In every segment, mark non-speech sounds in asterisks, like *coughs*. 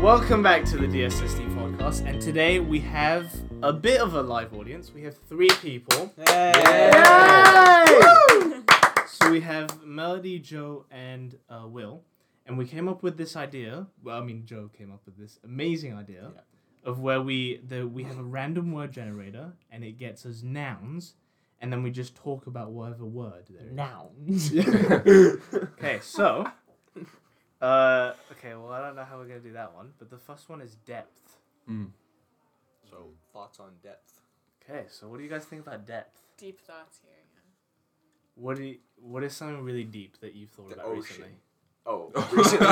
Welcome back to the DSSD podcast, and today we have a bit of a live audience. We have three people. So we have Melody, Joe, and uh, Will, and we came up with this idea. Well, I mean, Joe came up with this amazing idea of where we the, we have a random word generator, and it gets us nouns, and then we just talk about whatever word there is. *laughs* Nouns. Okay, so. Uh, okay, well, I don't know how we're gonna do that one, but the first one is depth. So Thoughts on depth. Okay, so what do you guys think about depth? Deep thoughts here. What do you, what is something really deep that you've thought The about ocean. recently?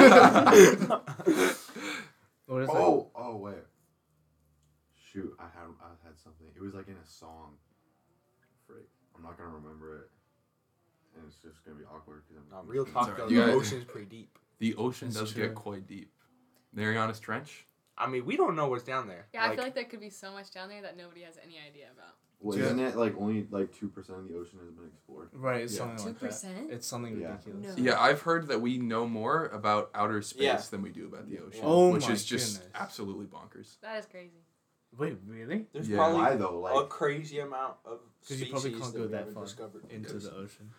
*laughs* Oh. *laughs* What is that? oh oh wait. Shoot, I had I had something. It was like in a song. Frick, I'm not gonna remember it, and it's just gonna be awkward because I'm Now, real talk though, You the guys- ocean's pretty deep. The ocean That's does true. get quite deep. Marianas Trench. I mean, we don't know what's down there. Yeah, I feel like there could be so much down there that nobody has any idea about. Well, Yeah. isn't it like only like two percent of the ocean has been explored? Right, it's Yeah. something like that. percent? It's something Yeah. ridiculous. No. Yeah, I've heard that we know more about outer space Yeah. than we do about the ocean, Oh which my is just goodness. absolutely bonkers. That is crazy. Wait, really? There's Yeah. probably Why though? a Like, crazy amount of 'Cause species you probably can't that go we that haven't far discovered. Into Because- the ocean.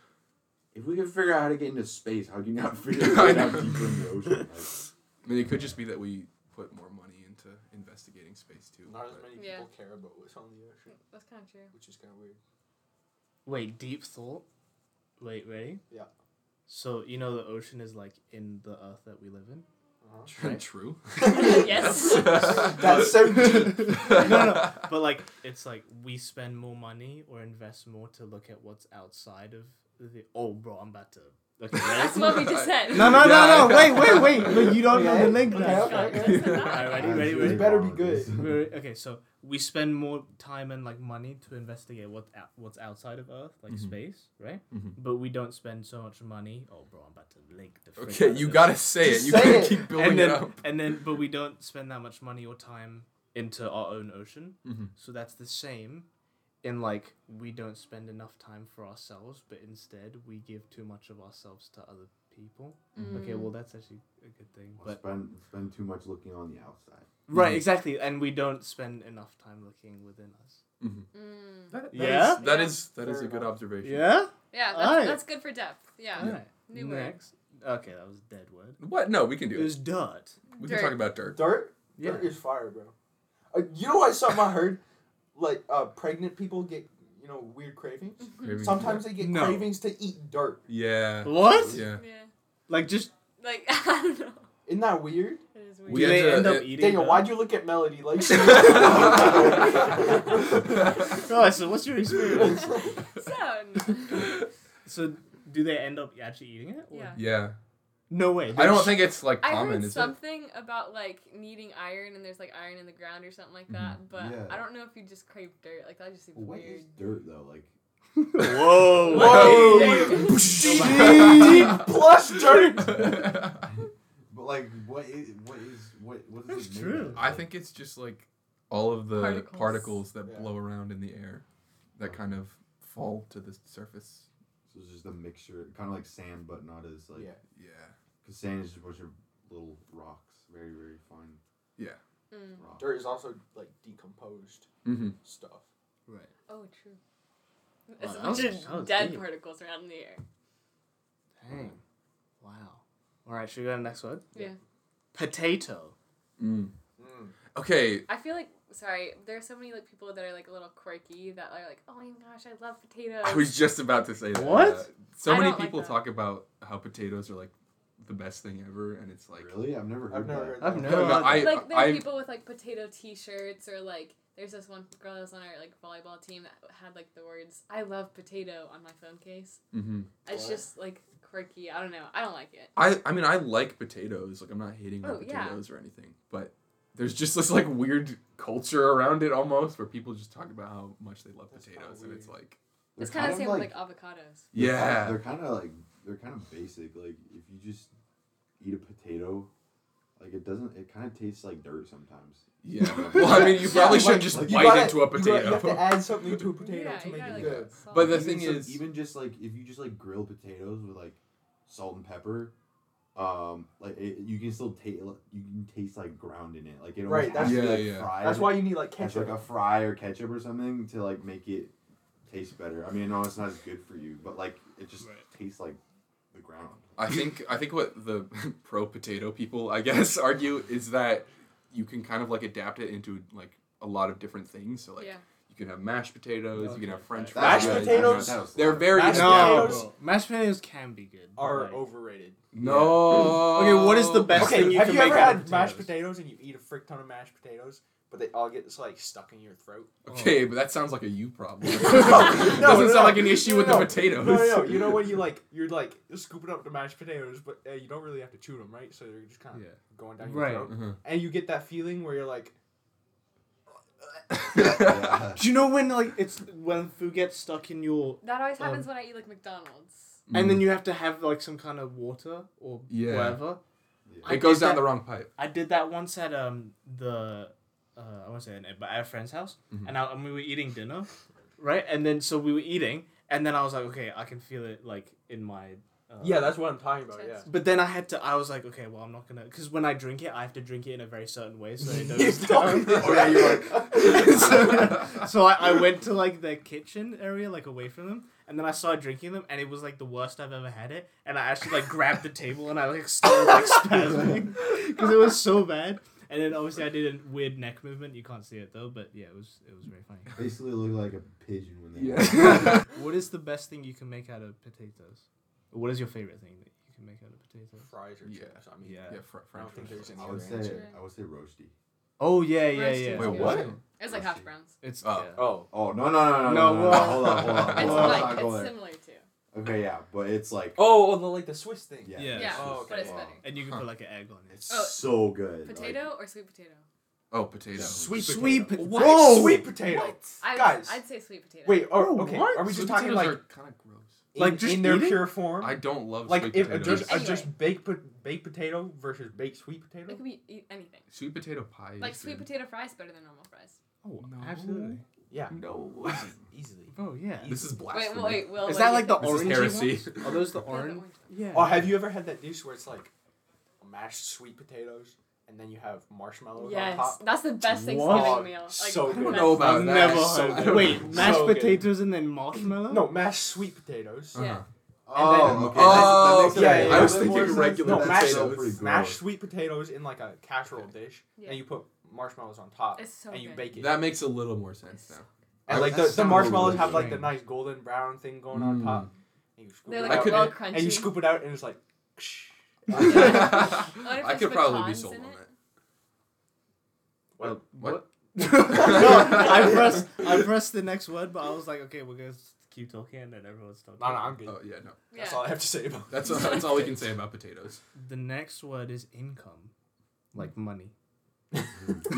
if we could figure out how to get into space, how do you not figure I out how know. deep in the ocean? Like, I mean, it could just be that we put more money into investigating space too. Not as but- many Yeah. people care about what's on the ocean, That's *laughs* kind of true. which is kind of weird. Wait, deep thought. Wait, ready? Yeah. So you know the ocean is like in the earth that we live in. Uh-huh. True. *laughs* True. *laughs* Yes. That's so deep. *laughs* no, no, but like it's like we spend more money or invest more to look at what's outside of the. Oh, bro, I'm about to. *laughs* Okay, That's ready? what we just *laughs* said. *laughs* no, no, no, no! Wait, wait, wait! No, you don't know Okay, the link. okay, now. okay, okay. *laughs* Alright, ready, I'm ready, really ready? better be wrong with *laughs* good. this. Wait, wait, okay, so we spend more time and like money to investigate what out, what's outside of Earth, like Mhm. space, right? Mhm. But we don't spend so much money. Oh, bro, I'm about to link the. frick out *laughs* Okay, of you this. gotta *laughs* say it. Just You say can't it. keep building And then, it up. and then, but we don't spend that much money or time into our own ocean. Mhm. So that's the same. In like, we don't spend enough time for ourselves, but instead we give too much of ourselves to other people. Mm. Mm. Okay, well that's actually a good thing, Well, but spend spend too much looking on the outside. right, Mhm. exactly, and we don't spend enough time looking within us. Mm. That- that Yeah? is- that Yeah. is that is Fair a good enough. observation. Yeah. Yeah, that's, Alright. that's good for depth. Yeah. Alright. New word. Next. Okay, that was a dead word. What? No, we can It do it. was dirt. We Dirt. can talk about dirt. Dirt? Yeah. Dirt is fire, bro. Uh, you know what? Something I heard, like uh, pregnant people get you know weird cravings. Craving- Sometimes they get No. cravings to eat dirt. Yeah. What? *laughs* Yeah. *laughs* Yeah. Like just Like, *laughs* I don't know. Isn't that weird? It is We do *laughs* weird. had they to- end up it- eating? Daniel, dirt? why'd you look at *laughs* Melody like she? Oh, so what's your experience? *laughs* So, *laughs* no. *laughs* so do they end up actually eating it? or- Yeah. yeah. No way. I don't think it's like I common. heard is it? something about like needing iron and there's like iron in the ground or something like that, Mm, but Yeah. I don't know if you just crave dirt. Like that just seems What weird. is dirt though? Like *laughs* Oh, Whoa. Deep Whoa. *laughs* *laughs* Plus dirt. But like, what is what is what what is That's it made true. of? *laughs* I think it's just like all of the Particles. particles, that Yeah. blow around in the air that kind of fall to the surface. so it's just a mixture, kind of like sand, but not as like Yeah. Yeah. because sand is just a bunch of little rocks, very very fine Yeah. Mm. rocks. Mm-hmm. Dirt is also like decomposed Mm-hmm. stuff. Right. Oh, true. that It's a was- bunch that was of dead deep. particles around in the air. Dang. Wow. All right. Should we go to the next word? Yeah. Potato. Mm. Hmm. Mm. Okay. I feel like sorry, there's so many like people that are like a little quirky that are like, oh my gosh, I love potatoes. I was just about to say that. What? Uh, I so many don't like people that. talk about how potatoes are like the best thing ever, and it's like. really? I've never heard I've never that. heard I've that. never- No, I, I- like there are I, people with like potato T-shirts or like there's this one girl that was on our like volleyball team that had like the words "I love potato" on my phone case. hmm It's What? just like quirky. I don't know. I don't like it. I, I mean, I like potatoes. Like, I'm not hating on Oh, yeah. potatoes or anything, but there's just this like weird culture around it almost, where people just talk about how much they love That's kinda potatoes, and it's weird. like, They're it's kind of the kind same of with like avocados. They're kind- yeah, They're kind of like they're kind of basic. Like if you just eat a potato, like it doesn't. It kind of tastes like dirt sometimes. Yeah. *laughs* Well, I mean, you probably Yeah, shouldn't like- just like, You bite gotta- into a you gotta- You have to potato. add something *laughs* to a potato Yeah, to you make gotta, it like, good. salt But the it. Even thing some- is- even just like if you just like grill potatoes with like salt and pepper, um like it, you can still taste you can taste like ground in it like it Right, almost has that's- to be, Yeah, like, yeah. fried. That's why you need like It's ketchup. like a fry or ketchup or something to like make it taste better. I mean, no, it's not as good for you, but like it just Right. tastes like the ground. *laughs* I think I think what the *laughs* pro potato people I guess *laughs* argue is that you can kind of like adapt it into like a lot of different things. So like Yeah. you can have mashed potatoes, you can have French That- Mashed fries. was- potatoes? that was- They're very Mashed no. potatoes? bro. mashed potatoes can be good. but, Are like, overrated. No. Okay, what is the best okay, thing you have can you make ever out had of mashed potatoes. potatoes and you eat a frick ton of mashed potatoes, but they all get like stuck in your throat? Okay, but that sounds like a you problem. Oh. *laughs* *laughs* no, Doesn't sound no. like an issue with No, the no. potatoes. No, no, no. You know *laughs* when you like you're like scooping up the mashed potatoes, but uh, you don't really have to chew them, right? So they're just kind of Yeah. going down Right. your throat, Uh-huh. *laughs* *laughs* and you get that feeling where you're like, Yeah. *laughs* Do you know when like it's when food gets stuck in your That always Um, happens when I eat like McDonald's. and then you have to have like some kind of water or Mm. Yeah. whatever. I it goes did down that- the wrong pipe. I did that once at um the uh, I won't say her name, but at a friend's house, Mm-hmm. and, I, and we were eating dinner, right? And then so we were eating, and then I was like, okay, I can feel it like in my. Uh, yeah, that's what I'm talking about. Yeah. Chest. But then I had to. I was like, okay, well, I'm not gonna, because when I drink it, I have to drink it in a very certain way, so *laughs* it You doesn't. don't- *laughs* Oh, yeah, you're so *laughs* so I, I went to like the kitchen area, like away from them, and then I started drinking them, and it was like the worst I've ever had it. And I actually like grabbed the table and I like started like spasming because it was so bad. And then obviously I did a weird neck movement. You can't see it though, but yeah, it was it was very funny. *laughs* Basically, look like a pigeon when they. *laughs* Yeah. What is the best thing you can make out of potatoes? Or What is your favorite thing that you can make out of potatoes? Fries or Yeah. chips. I mean, Yeah. yeah, fr- I don't French think fries. there's any I would other say answer. I would say roasty. Oh yeah, yeah, Roasted yeah. Wait, Wait, what? what? It's like Let's hash see. browns. It's Oh. yeah. Oh, Oh no no no no No, no! no, well- Hold on hold on. *laughs* It's hold on, like let's not go it's there. similar to. Okay, yeah, but it's like oh, the, like the Swiss thing. yeah, Yeah. Yeah, Oh, but okay. it's Wow. better. And you can Huh. put like an egg on it. It's Oh, so good. like- Potato or sweet potato? Oh, potato. Sweet potato. Sweet potato. pot- What? Oh! Whoa! Sweet potato. I Guys. I'd say sweet potato. Wait. Are, Bro, okay. what? Are we just Sweet talking potatoes like are kind of gross. in, Like, just in their eat it? pure form? I don't love like sweet if a potatoes. just, a Anyway. just baked po- baked potato versus baked sweet potato. It could be e- anything. sweet potato pie. Like is sweet good. potato fries better than normal fries. Oh, No. absolutely. Yeah, No. *laughs* easily. Oh yeah. this is blasphemy. Wait, wait, Will. Is what that do you like the think? This is orange heresy. ones? Are those the Yeah, the orange? orange one. *laughs* Yeah. Oh, have you ever had that dish where it's like mashed sweet potatoes and then you have marshmallows on Yes, top? that's the best What? Thanksgiving Oh, meal. Like, so good. I don't know Oh, about I've that. never So heard. good. that. Wait, mashed So good. potatoes and then marshmallow? *laughs* No, mashed sweet potatoes. Yeah. Oh, then- okay. Oh, that makes- that makes okay. a I was little bit thinking more sense, regular but No, that's mashed- still pretty gross. Mashed sweet potatoes in like a casserole dish, Yeah. and you put marshmallows on top, It's so and you good. bake it. That makes a little more sense now. and like That the, the sounds marshmallows really have like the strange. nice golden brown thing going on Mm. top, and you scoop They're it like I a could- out, little crunchy. and you scoop it out, and it's like. *laughs* if I there's could probably be pecans sold in on it? that. What? What? no, I pressed I pressed the next word, but I was like, okay, we're gonna s- keep talking, and then everyone's talking. No, no, I'm good. Oh yeah, no. Yeah. That's all I have to say about. That's all, that's all we can say *laughs* about potatoes. The next word is income, like money.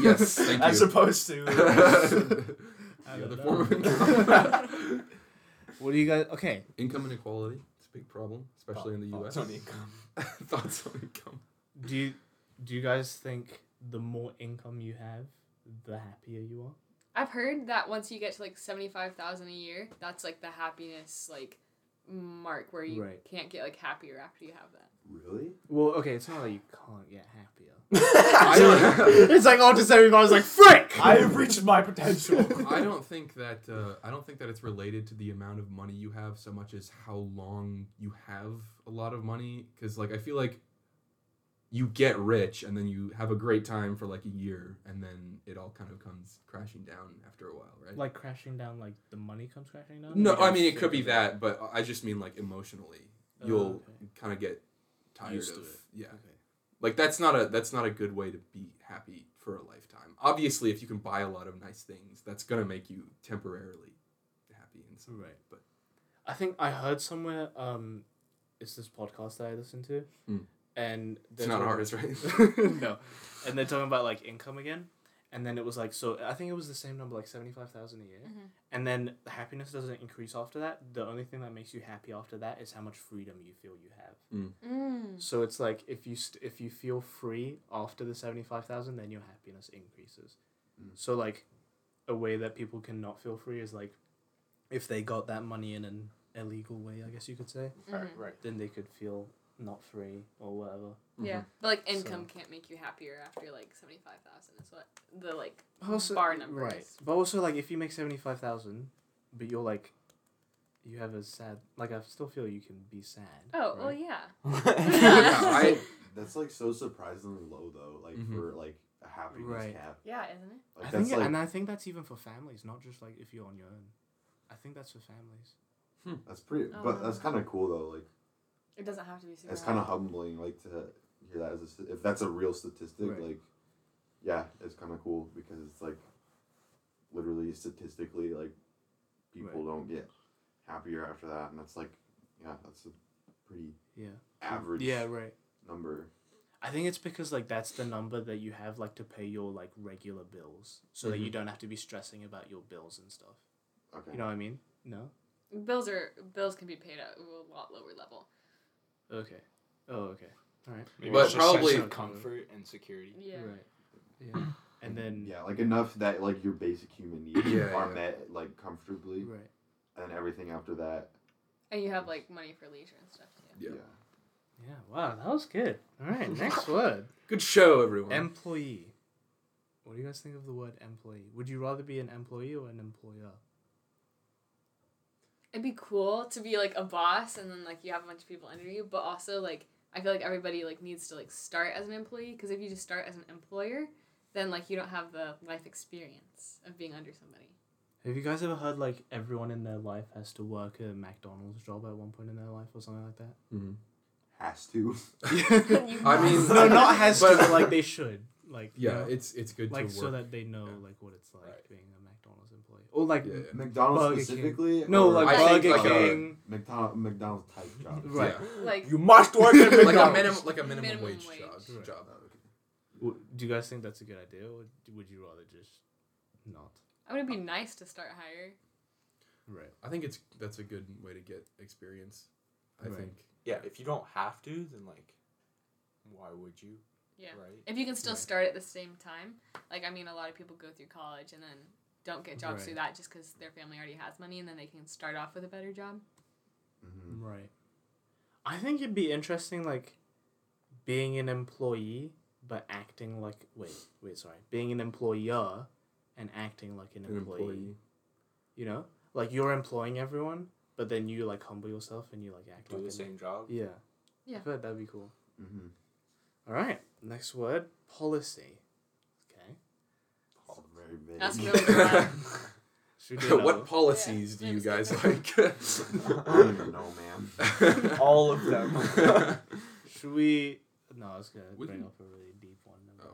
Yes, *laughs* thank As you. opposed *laughs* *laughs* to. the I don't other know. *laughs* form of income. *laughs* What do you guys? Okay, income inequality. It's a big problem, especially in the U.S. Thoughts on income. *laughs* Thoughts on income. *laughs* do you do you guys think the more income you have, the happier you are? I've heard that once you get to like seventy five thousand a year, that's like the happiness like mark where you Right. can't get like happier after you have that. Really? Well, okay, it's not like you can't get happier. I *laughs* *laughs* don't, it's like all just everyone's like, frick. I have reached my *laughs* potential. *laughs* I don't think that uh, I don't think that it's related to the amount of money you have so much as how long you have a lot of money. Because like I feel like you get rich and then you have a great time for like a year and then it all kind of comes crashing down after a while, right? like crashing down, like the money comes crashing down. No, Like, you I mean it think could be of that, but I just mean like emotionally, Oh, you'll okay. kind of get tired Used to of it. yeah. Okay. Like that's not a that's not a good way to be happy for a lifetime. Obviously, if you can buy a lot of nice things, that's gonna make you temporarily happy and some Right. But I think I heard somewhere. Um, it's this podcast that I listen to, Hmm. and it's they're not talking- ours, *laughs* right? *laughs* no, and they're talking about like income again, and then it was like so. I think it was the same number, like seventy five thousand a year, Mhm. and then the happiness doesn't increase after that. The only thing that makes you happy after that is how much freedom you feel you have. Mm. So it's like if you st- if you feel free after the seventy five thousand, then your happiness increases. Mm. So like, a way that people can not feel free is like, if they got that money in an illegal way, I guess you could say, Right, right. then they could feel not free or whatever. Yeah, but like Mm-hmm. So- income can't make you happier after like seventy five thousand is what the like also, bar number Right. is. But also, like, if you make 75,000, but you're like, you have a sad, like, I still feel you can be sad. Oh right? well, *laughs* yeah. Yeah, *laughs* I- that's like so surprisingly low though, like Mhm. for like a happiness Mm-hmm. Right. cap. Yeah, isn't it? Like I that's think, like and I think that's even for families, not just like if you're on your own. I think that's for families. that's pretty, Oh, but wow. that's kind of cool though. Like It doesn't have to be super. it's high. kind of humbling, like to hear that as a, st- if that's a real statistic. Right. Like, yeah, it's kind of cool because it's like literally statistically, like people Right. don't get happier after that, and that's like, yeah, that's a pretty Yeah. average Yeah. Right. number. I think it's because like that's the number that you have like to pay your like regular bills, so that you Mm-hmm. don't have to be stressing about your bills and stuff. Okay. You know what I mean? No. bills are bills can be paid at a lot lower level. Okay. Oh, okay. All right. But it's just a probably- sense of comfort and security. Yeah. Right. Yeah. And then. yeah, like enough that like your basic *clears throat* human needs Yeah, are yeah. met like comfortably, Right. and everything after that. And you have like money for leisure and stuff too. Yeah. Yeah. Wow, that was good. All right. *laughs* Next word. Good show, everyone. *laughs* Employee. What do you guys think of the word employee? Would you rather be an employee or an employer? It'd be cool to be like a boss and then like you have a bunch of people under you, but also like I feel like everybody like needs to like start as an employee because if you just start as an employer, then like you don't have the life experience of being under somebody. Have you guys ever heard like everyone in their life has to work a McDonald's job at one point in their life or something like that? Mhm. *laughs* Has to. *laughs* You I mean- must. *laughs* no, not has to, But- but like they should. Like you Yeah, know, it's it's good like to work. so that they know Yeah. like what it's like Right. being a McDonald's employee or like Yeah, yeah. McDonald's Burger King. specifically? no or like I think, Burger like, uh, a- King. McDonald McDonald's type job. right. *laughs* like You must work at like a McDonald's. minimum, like a minimum, Minimum wage, wage. job. Right. job. W- do you guys think that's a good idea, or d- would you rather just not? I would be nice to start higher. Right. I think it's that's a good way to get experience. I Right. think. Yeah, if you don't have to, then like, why would you? Yeah. Right. If you can still Right. start at the same time, like I mean, a lot of people go through college and then don't get jobs Right. through that just because their family already has money and then they can start off with a better job. Mhm. Right. I think it'd be interesting, like, being an employee but acting like wait wait sorry being an employer and acting like an, An employee, employee. You know, like you're employing everyone, but then you like humble yourself and you like act Do like the an- same *laughs* job. Yeah. Yeah. I feel like that'd be cool. Mhm. All right. Next word policy. Okay. It's Oh, very vague. *laughs* That's really broad. Should we do another? *laughs* *laughs* what policies Yeah, do you yeah, guys *laughs* *laughs* like? I don't even know, man. All of *laughs* them. Should we? No, I was gonna We bring can- up a really deep one. Oh.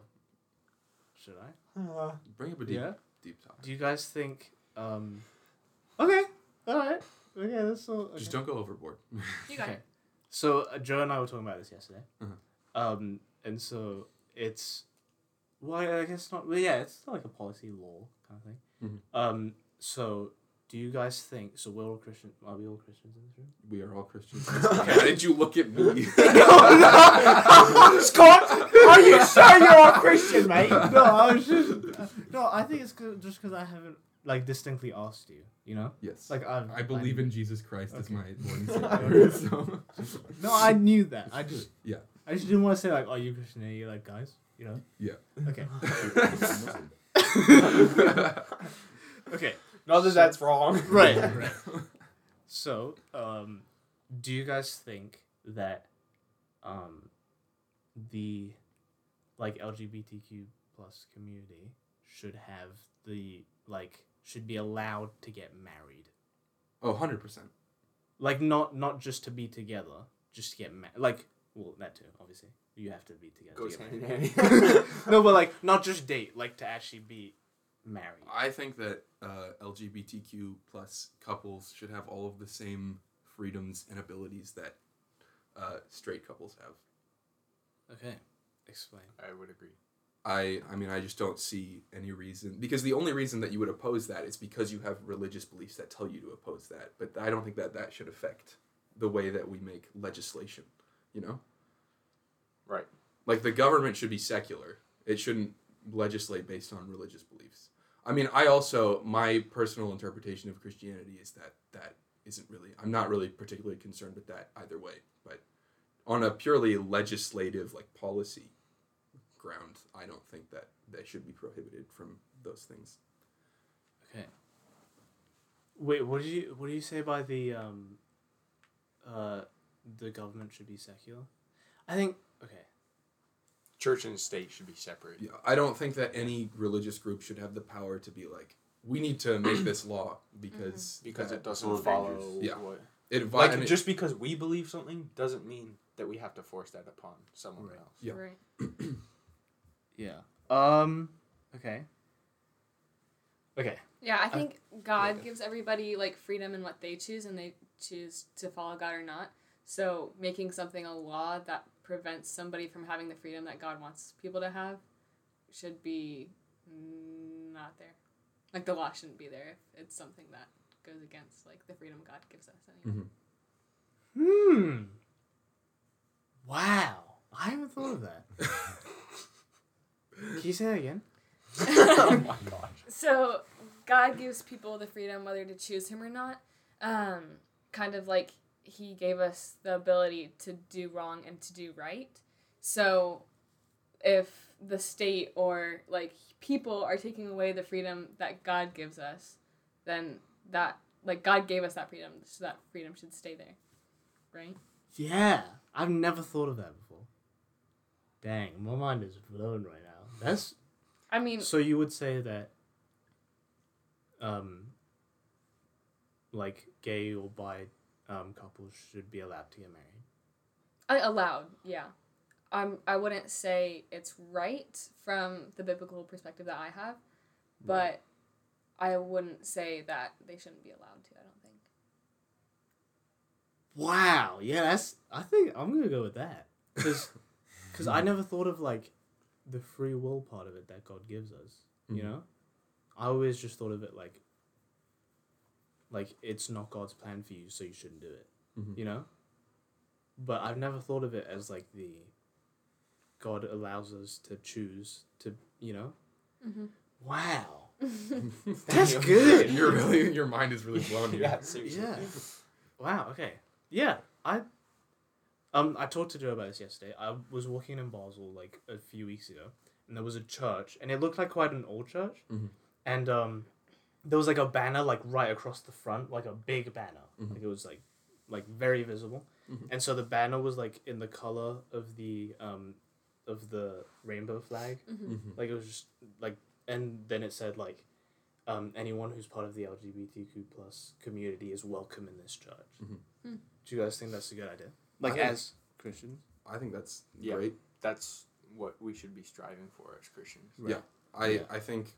Should I? Uh, Bring up a deep Yeah. deep topic. Do you guys think? um Okay. All right. Okay, that's all. Okay. Just don't go overboard. You got Okay. it. So uh, Joe and I were talking about this yesterday, Mhm. um, and so it's well, I I guess not. Well, yeah, it's like a policy law kind of thing. Mhm. Um, so do you guys think? So we're all Christian. Are we all Christians in this room? *laughs* We are all Christians. *laughs* How did you look *laughs* at me? Scott, are you sure you're all Christian, *laughs* mate? no, I was just no. I think it's cause, just because I haven't like distinctly asked you. You know, yes. like I've, I believe in Jesus Christ as Okay. my Lord *laughs* and Savior. so. No, I knew that. I just Yeah. I just didn't want to say like, "Are you Christian?" Are you like guys? You know? Yeah. Okay. Okay. Not that that's wrong. Right. *laughs* right. So, um, do you guys think that um, the like LGBTQ plus community should have the like should be allowed to get married? *laughs* Oh, 100%. Like not not just to be together, just to get ma- like well that too obviously you have to be together. to Goes get hand in married. hand. no, but like not just date, like to actually be married. I think that uh, LGBTQ plus couples should have all of the same freedoms and abilities that uh, straight couples have. Okay, explain. I would agree. I I mean I just don't see any reason because the only reason that you would oppose that is because you have religious beliefs that tell you to oppose that. But I don't think that that should affect the way that we make legislation. You know, Right. like the government should be secular. It shouldn't legislate based on religious beliefs. I mean, I also my personal interpretation of Christianity is that that isn't really. I'm not really particularly concerned with that either way. But on a purely legislative like policy ground, I don't think that that should be prohibited from those things. Okay. Wait, what did you what do you say by the um uh the government should be secular? I think okay. Church and state should be separate. Yeah, I don't think that any religious group should have the power to be like, we need to make this law because Mm-hmm. Because that- it doesn't little follow dangerous. Yeah. what it vi- like I mean, *laughs* just because we believe something doesn't mean that we have to force that upon someone Right. else. Yeah. Right. Yeah. Um okay. Okay. Yeah, I think God yeah. gives everybody like freedom in what they choose and they choose to follow God or not. So making something a law that prevents somebody from having the freedom that God wants people to have should be mm, not there. Like the law shouldn't be there if it's something that goes against like the freedom God gives us anyway. Hmm. Wow. I haven't thought of *laughs* that. Can you say that again? *laughs* *laughs* oh my *laughs* gosh. so God gives people the freedom whether to choose him or not. Um, kind of like he gave us the ability to do wrong and to do right. So if the state or like people are taking away the freedom that God gives us, then that like God gave us that freedom, so that freedom should stay there. Right? Yeah. I've never thought of that before. Dang, my mind is blown right now. That's I mean, So you would say that, um, like gay or bi um, couples should be allowed to get married. I allowed, yeah. I'm I wouldn't say it's right from the biblical perspective that I have, but I wouldn't say that they shouldn't be allowed to, I don't think. Wow. Yeah, that's. I think I'm gonna go with that because I never thought of like the free will part of it that God gives us. You Mhm. know, I always just thought of it like like it's not God's plan for you, so you shouldn't do it. Mhm. You know, but I've never thought of it as like the God allows us to choose to. You know. Mhm. Wow. That's *laughs* That's good. You're really your mind is really blown here. yeah, seriously. Yeah. Wow. Okay. Yeah. I. Um, I talked to Joe about this yesterday. I was walking in Basel like a few weeks ago, and there was a church, and it looked like quite an old church, Mhm. and um, there was like a banner like right across the front, like a big banner, Mhm. like it was like, like very visible, Mhm. and so the banner was like in the color of the um, of the rainbow flag, Mhm. like it was just like, and then it said like, um, anyone who's part of the LGBTQ plus community is welcome in this church. Mhm. Hmm. Do you guys think that's a good idea? Mm-hmm. Like I- as Christians, I think that's Yeah. great. That's what we should be striving for as Christians. Yeah. I Yeah. I think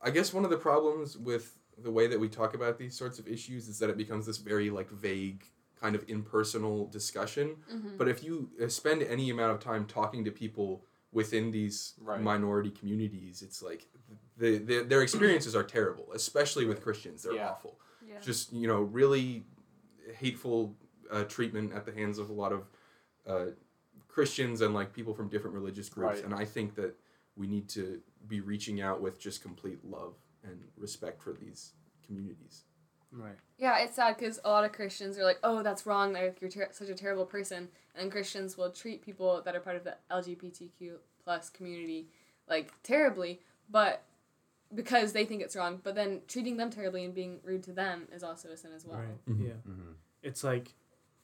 I guess one of the problems with the way that we talk about these sorts of issues is that it becomes this very like vague kind of impersonal discussion. Mm-hmm. But if you uh, spend any amount of time talking to people within these Right. minority communities, it's like the, the their experiences are terrible, especially with Christians. They're Yeah. awful. Yeah. just you know really hateful uh, treatment at the hands of a lot of uh, Christians and like people from different religious groups. Right. And I think that we need to be reaching out with just complete love and respect for these communities. right? Yeah, it's sad because a lot of Christians are like, "Oh, that's wrong. Like you're ter- such a terrible person." And Christians will treat people that are part of the LGBTQ plus community like terribly, but because they think it's wrong. But then treating them terribly and being rude to them is also a sin as well. mm-hmm. Right. Mhm. Yeah. Mhm. It's like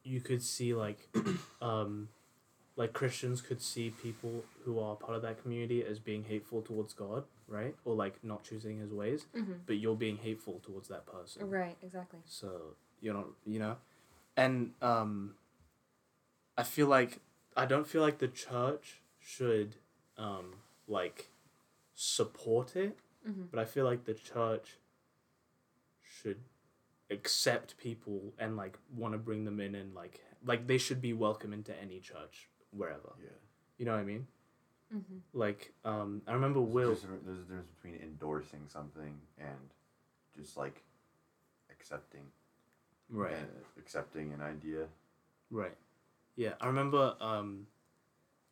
you could see *coughs* like, um, like Christians could see people who are part of that community as being hateful towards God, right? Or like not choosing His ways, Mhm. but you're being hateful towards that person. Right. Exactly. So you know, you know, and um, I feel like I don't feel like the church should um like support it, Mhm. but I feel like the church should accept people and like want to bring them in and like like they should be welcome into any church wherever. Yeah. You know what I mean? Mhm. Like um, I remember Will. There's, a- there's a difference between endorsing something and just like accepting Right. and accepting an idea. Right. Yeah, I remember um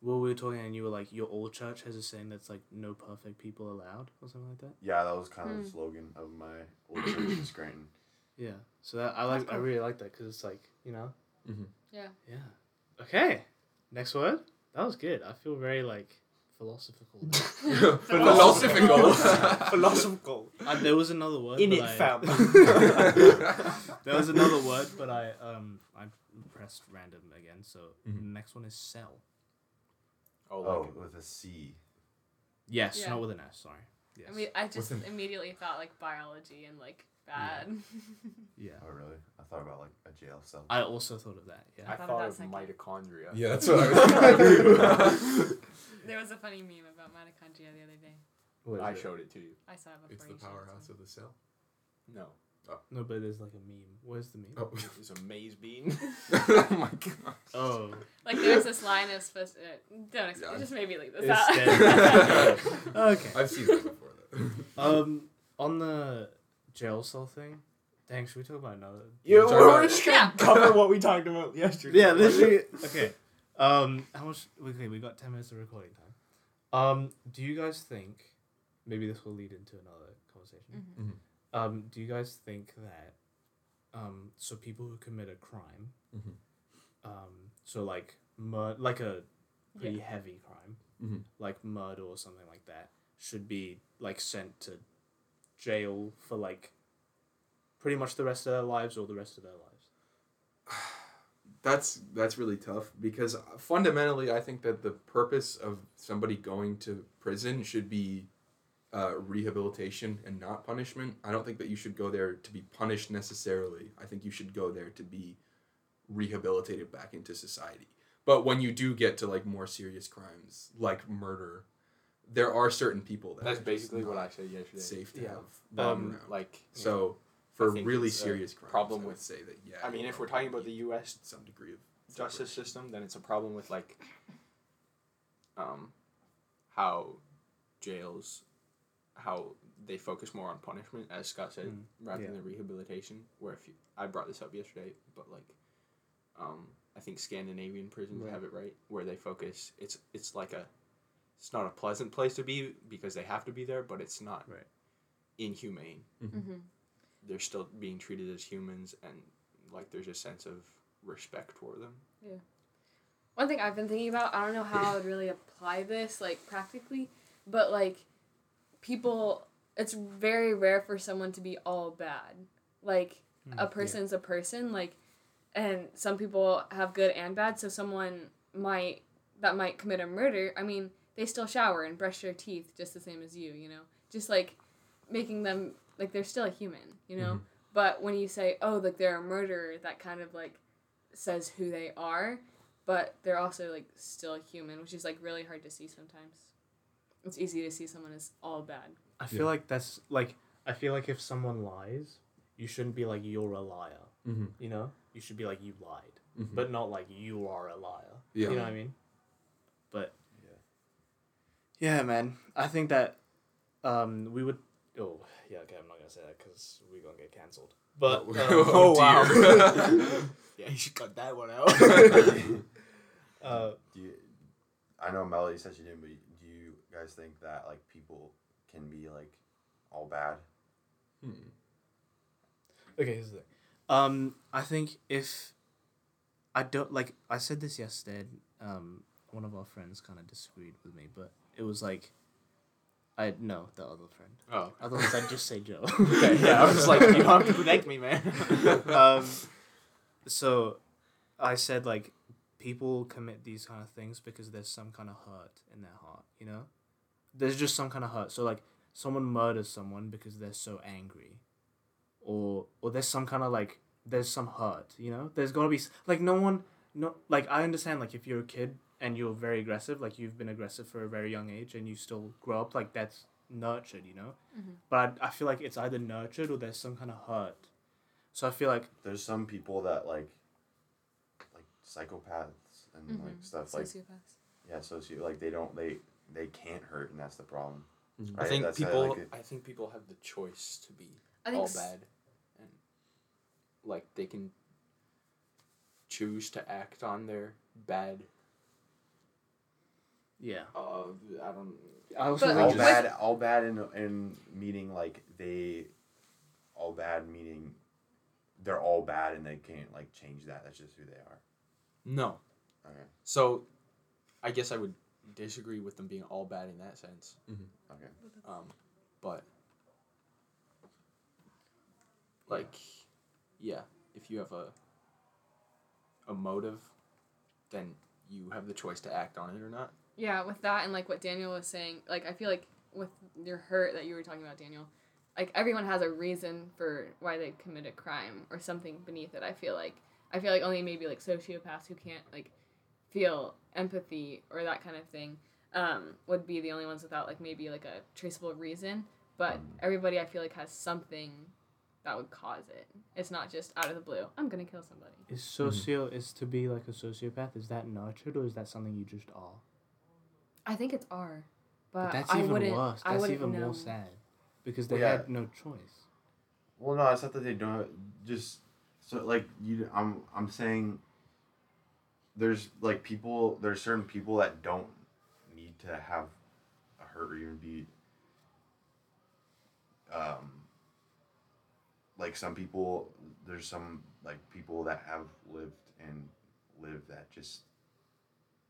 when we were talking and you were like, Your old church has a saying that's like no perfect people allowed or something like that. Yeah, that was kind of Hmm. the slogan of my old church in Scranton. Yeah. So that I like I cool. really like that because it's like, you know? Mhm. Yeah. Yeah. Okay. Next word. That was good. I feel very like *laughs* philosophical. *laughs* Philosophical. *laughs* Philosophical. uh, there was another word. In but it, I- *laughs* Oh, fam. there was another word, but *laughs* I um I pressed random again. So Mhm. the next one is cell. Oh, Oh, like, with a C. Yes, Yeah. not with an S. Sorry. Yes. I mean, I just an- immediately thought like biology and like bad. *laughs* yeah. Oh, really? I thought about like a jail cell. I also thought of that. Yeah. I thought of thought that of second. mitochondria. yeah, that's what I was there was a funny meme about mitochondria the other day. I showed it to you. I saw it It's before you the showed it to powerhouse me. of the cell. No, No, but there's like a meme. Where's the meme? Oh, *laughs* it's a *laughs* maize bean. oh my god. Oh, Like there's this line of supposed uh, don't explain. Yeah. Just maybe like this It's out. *laughs* dead. Oh. okay. I've seen that before. Though. Um, on the jail cell thing. Dang, should we talk about another? Yeah, Talk we're about- just *laughs* gonna Yeah. cover what we talked about yesterday. Yeah, this okay. Um, how much? Okay, we got ten minutes of recording time. Um, do you guys think? Maybe this will lead into another conversation. Mm-hmm. Um, do you guys think that? Um, so people who commit a crime. Mhm. Um, so like mur- like a pretty Yeah. heavy crime, Mhm. like murder or something like that, should be like sent to jail for like pretty much the rest of their lives or the rest of their lives. that's that's really tough because fundamentally I think that the purpose of somebody going to prison should be uh, rehabilitation and not punishment. I don't think that you should go there to be punished necessarily. I think you should go there to be rehabilitated back into society. But when you do get to like more serious crimes like murder, there are certain people that That's are just basically what I not said yesterday. safe to Yeah. have roam Um, around. Like, so I for think really it's a serious crimes, problem I would with- say that yeah. I mean, you if we're probably talking about the need U.S. some degree of justice system, then it's a problem with like, um, how jails, how they focus more on punishment, as Scott said, Mm, rather yeah. than the rehabilitation. Where if you, I brought this up yesterday, but like, um, I think Scandinavian prisons Right. have it right, where they focus. It's it's like a, it's not a pleasant place to be because they have to be there, but it's not Right. inhumane. Mm-hmm. They're still being treated as humans, and like there's a sense of respect for them. One thing I've been thinking about, I don't know how I would really apply this like practically, but like people it's very rare for someone to be all bad. Like Mm, a person's a person, like and some people have good and bad, so someone might that might commit a murder, I mean, they still shower and brush their teeth just the same as you, you know. Just like making them like they're still a human, you know. Mm-hmm. But when you say, "Oh, like they're a murderer," that kind of like says who they are but they're also like still human, which is like really hard to see sometimes. It's easy to see someone as all bad. I feel like that's like I feel like if someone lies, you shouldn't be like you're a liar. Mm-hmm. You know, you should be like you lied, Mhm. but not like you are a liar. Yeah. You know what I mean? But yeah, man. I think that um we would. Oh yeah, okay. I'm not gonna say that because we're gonna get cancelled. But um, *laughs* oh, *laughs* dear. Yeah, you should cut that one out. *laughs* uh, Do you, I know Melody said she didn't, but do you guys think that like people can be like all bad? Hmm. Okay, here's the thing. Um, I think if I don't like, I said this yesterday. Um, one of our friends kind of disagreed with me, but it was like, I no, the other friend. oh, Otherwise, I'd just say Joe. *laughs* okay. Yeah, I was just like, you don't have to protect me, *laughs* man. *laughs* um, so I said like people commit these kind of things because there's some kind of hurt in their heart, you know? There's just some kind of hurt. So like someone murders someone because they're so angry. Or or there's some kind of like there's some hurt, you know? There's got to be s- like no one no like I understand like if you're a kid and you're very aggressive, like you've been aggressive for a very young age and you still grow up like that's nurtured, you know? Mm-hmm. But I, I feel like it's either nurtured or there's some kind of hurt. So I feel like There's some people that like like psychopaths and like stuff like Sociopaths. yeah, socio like they don't they they can't hurt and that's the problem. Mhm. I Right? think That's how, people. like, it- I think people have the choice to be I think all s- bad, and like they can choose to act on their bad. yeah. Uh, I don't. I also But- think all just- bad all bad in in meaning like they all bad meaning they're all bad and they can't like change that. That's just who they are. No, Okay. So, I guess I would disagree with them being all bad in that sense. Okay. Um, but like, yeah, if you have a a motive, then you have the choice to act on it or not. Yeah, with that and like what Daniel was saying, like I feel like with your hurt that you were talking about, Daniel, like everyone has a reason for why they commit a crime or something beneath it. I feel like I feel like only maybe like sociopaths who can't like feel empathy or that kind of thing um, would be the only ones without like maybe like a traceable reason. But everybody I feel like has something that would cause it. It's not just out of the blue. I'm gonna kill somebody. Is socio is to be like a sociopath? Is that nurtured or is that something you just are? I think it's R, but, But that's Uh, I even wouldn't. worse. I That's wouldn't even know. more sad because they Yeah. had no choice. Well, no, it's not that they don't. Have, just so like you, I'm I'm saying. There's like people. There's certain people that don't need to have a hurt or even be. Um. Like some people, there's some like people that have lived and live that just.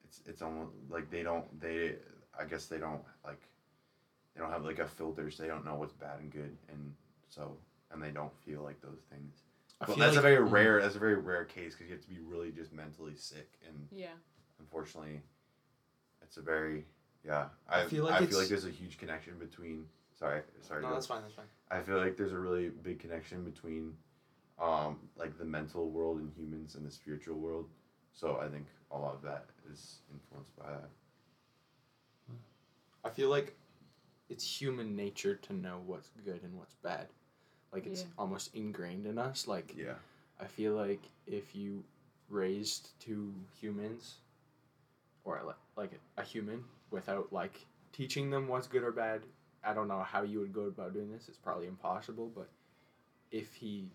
It's it's almost like they don't they I guess they don't like. They don't have like a filter, so they don't know what's bad and good, and so and they don't feel like those things. I But feel that's a like- mm. very rare. That's a very rare case because you have to be really just mentally sick, and Yeah. unfortunately, it's a very yeah. I, I I feel feel like like it's- there's a huge connection between. Sorry, sorry. No, Joe. that's fine. That's fine. I feel like there's a really big connection between, um, like the mental world in humans and the spiritual world. So I think a lot of that is influenced by that. I feel like it's human nature to know what's good and what's bad. Like it's Yeah. almost ingrained in us. Like Yeah. I feel like if you raised two humans, or like like a human, without like teaching them what's good or bad, I don't know how you would go about doing this. It's probably impossible, but if he,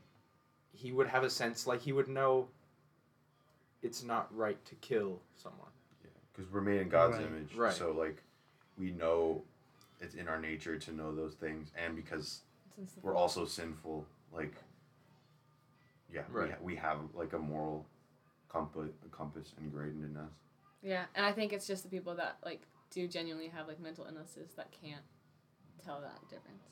he would have a sense like he would know. It's not right to kill someone. because we're made in God's Right. image. Right. So like, we know it's in our nature to know those things, and because Since the we're also sinful, like, yeah, Right. we, ha- we have like a moral compass, compass ingrained in us. Yeah, and I think it's just the people that like do genuinely have like mental illnesses that can't tell that difference.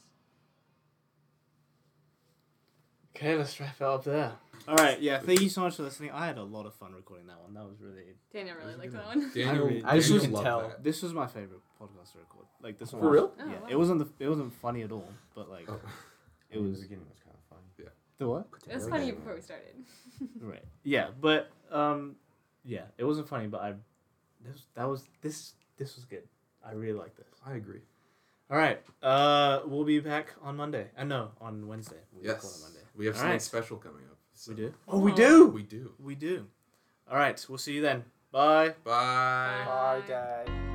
Okay, let's wrap it up there. All right, yeah. Thank you so much for listening. I had a lot of fun recording that one. That was really. Daniel really That's liked a that good one. Daniel, really- I I Daniel just loved tell. that. This was my favorite podcast to record. Like this For one. real? *laughs* Oh, Yeah. wow. It wasn't the. It wasn't funny at all. But like Oh. it was *laughs* beginning was kind of funny. the what? It was funny before we started. Right. Yeah, but um, yeah, it wasn't funny, but I this that was this this was good. I really like this. I agree. All right. Uh, we'll be back on Monday. Uh, no, on Wednesday. We'll record Yes. on Monday. We have All something right. special coming up. so- We do. Oh, we do. We do. We do. All right. We'll see you then. Bye. Bye. Bye. Bye, guys.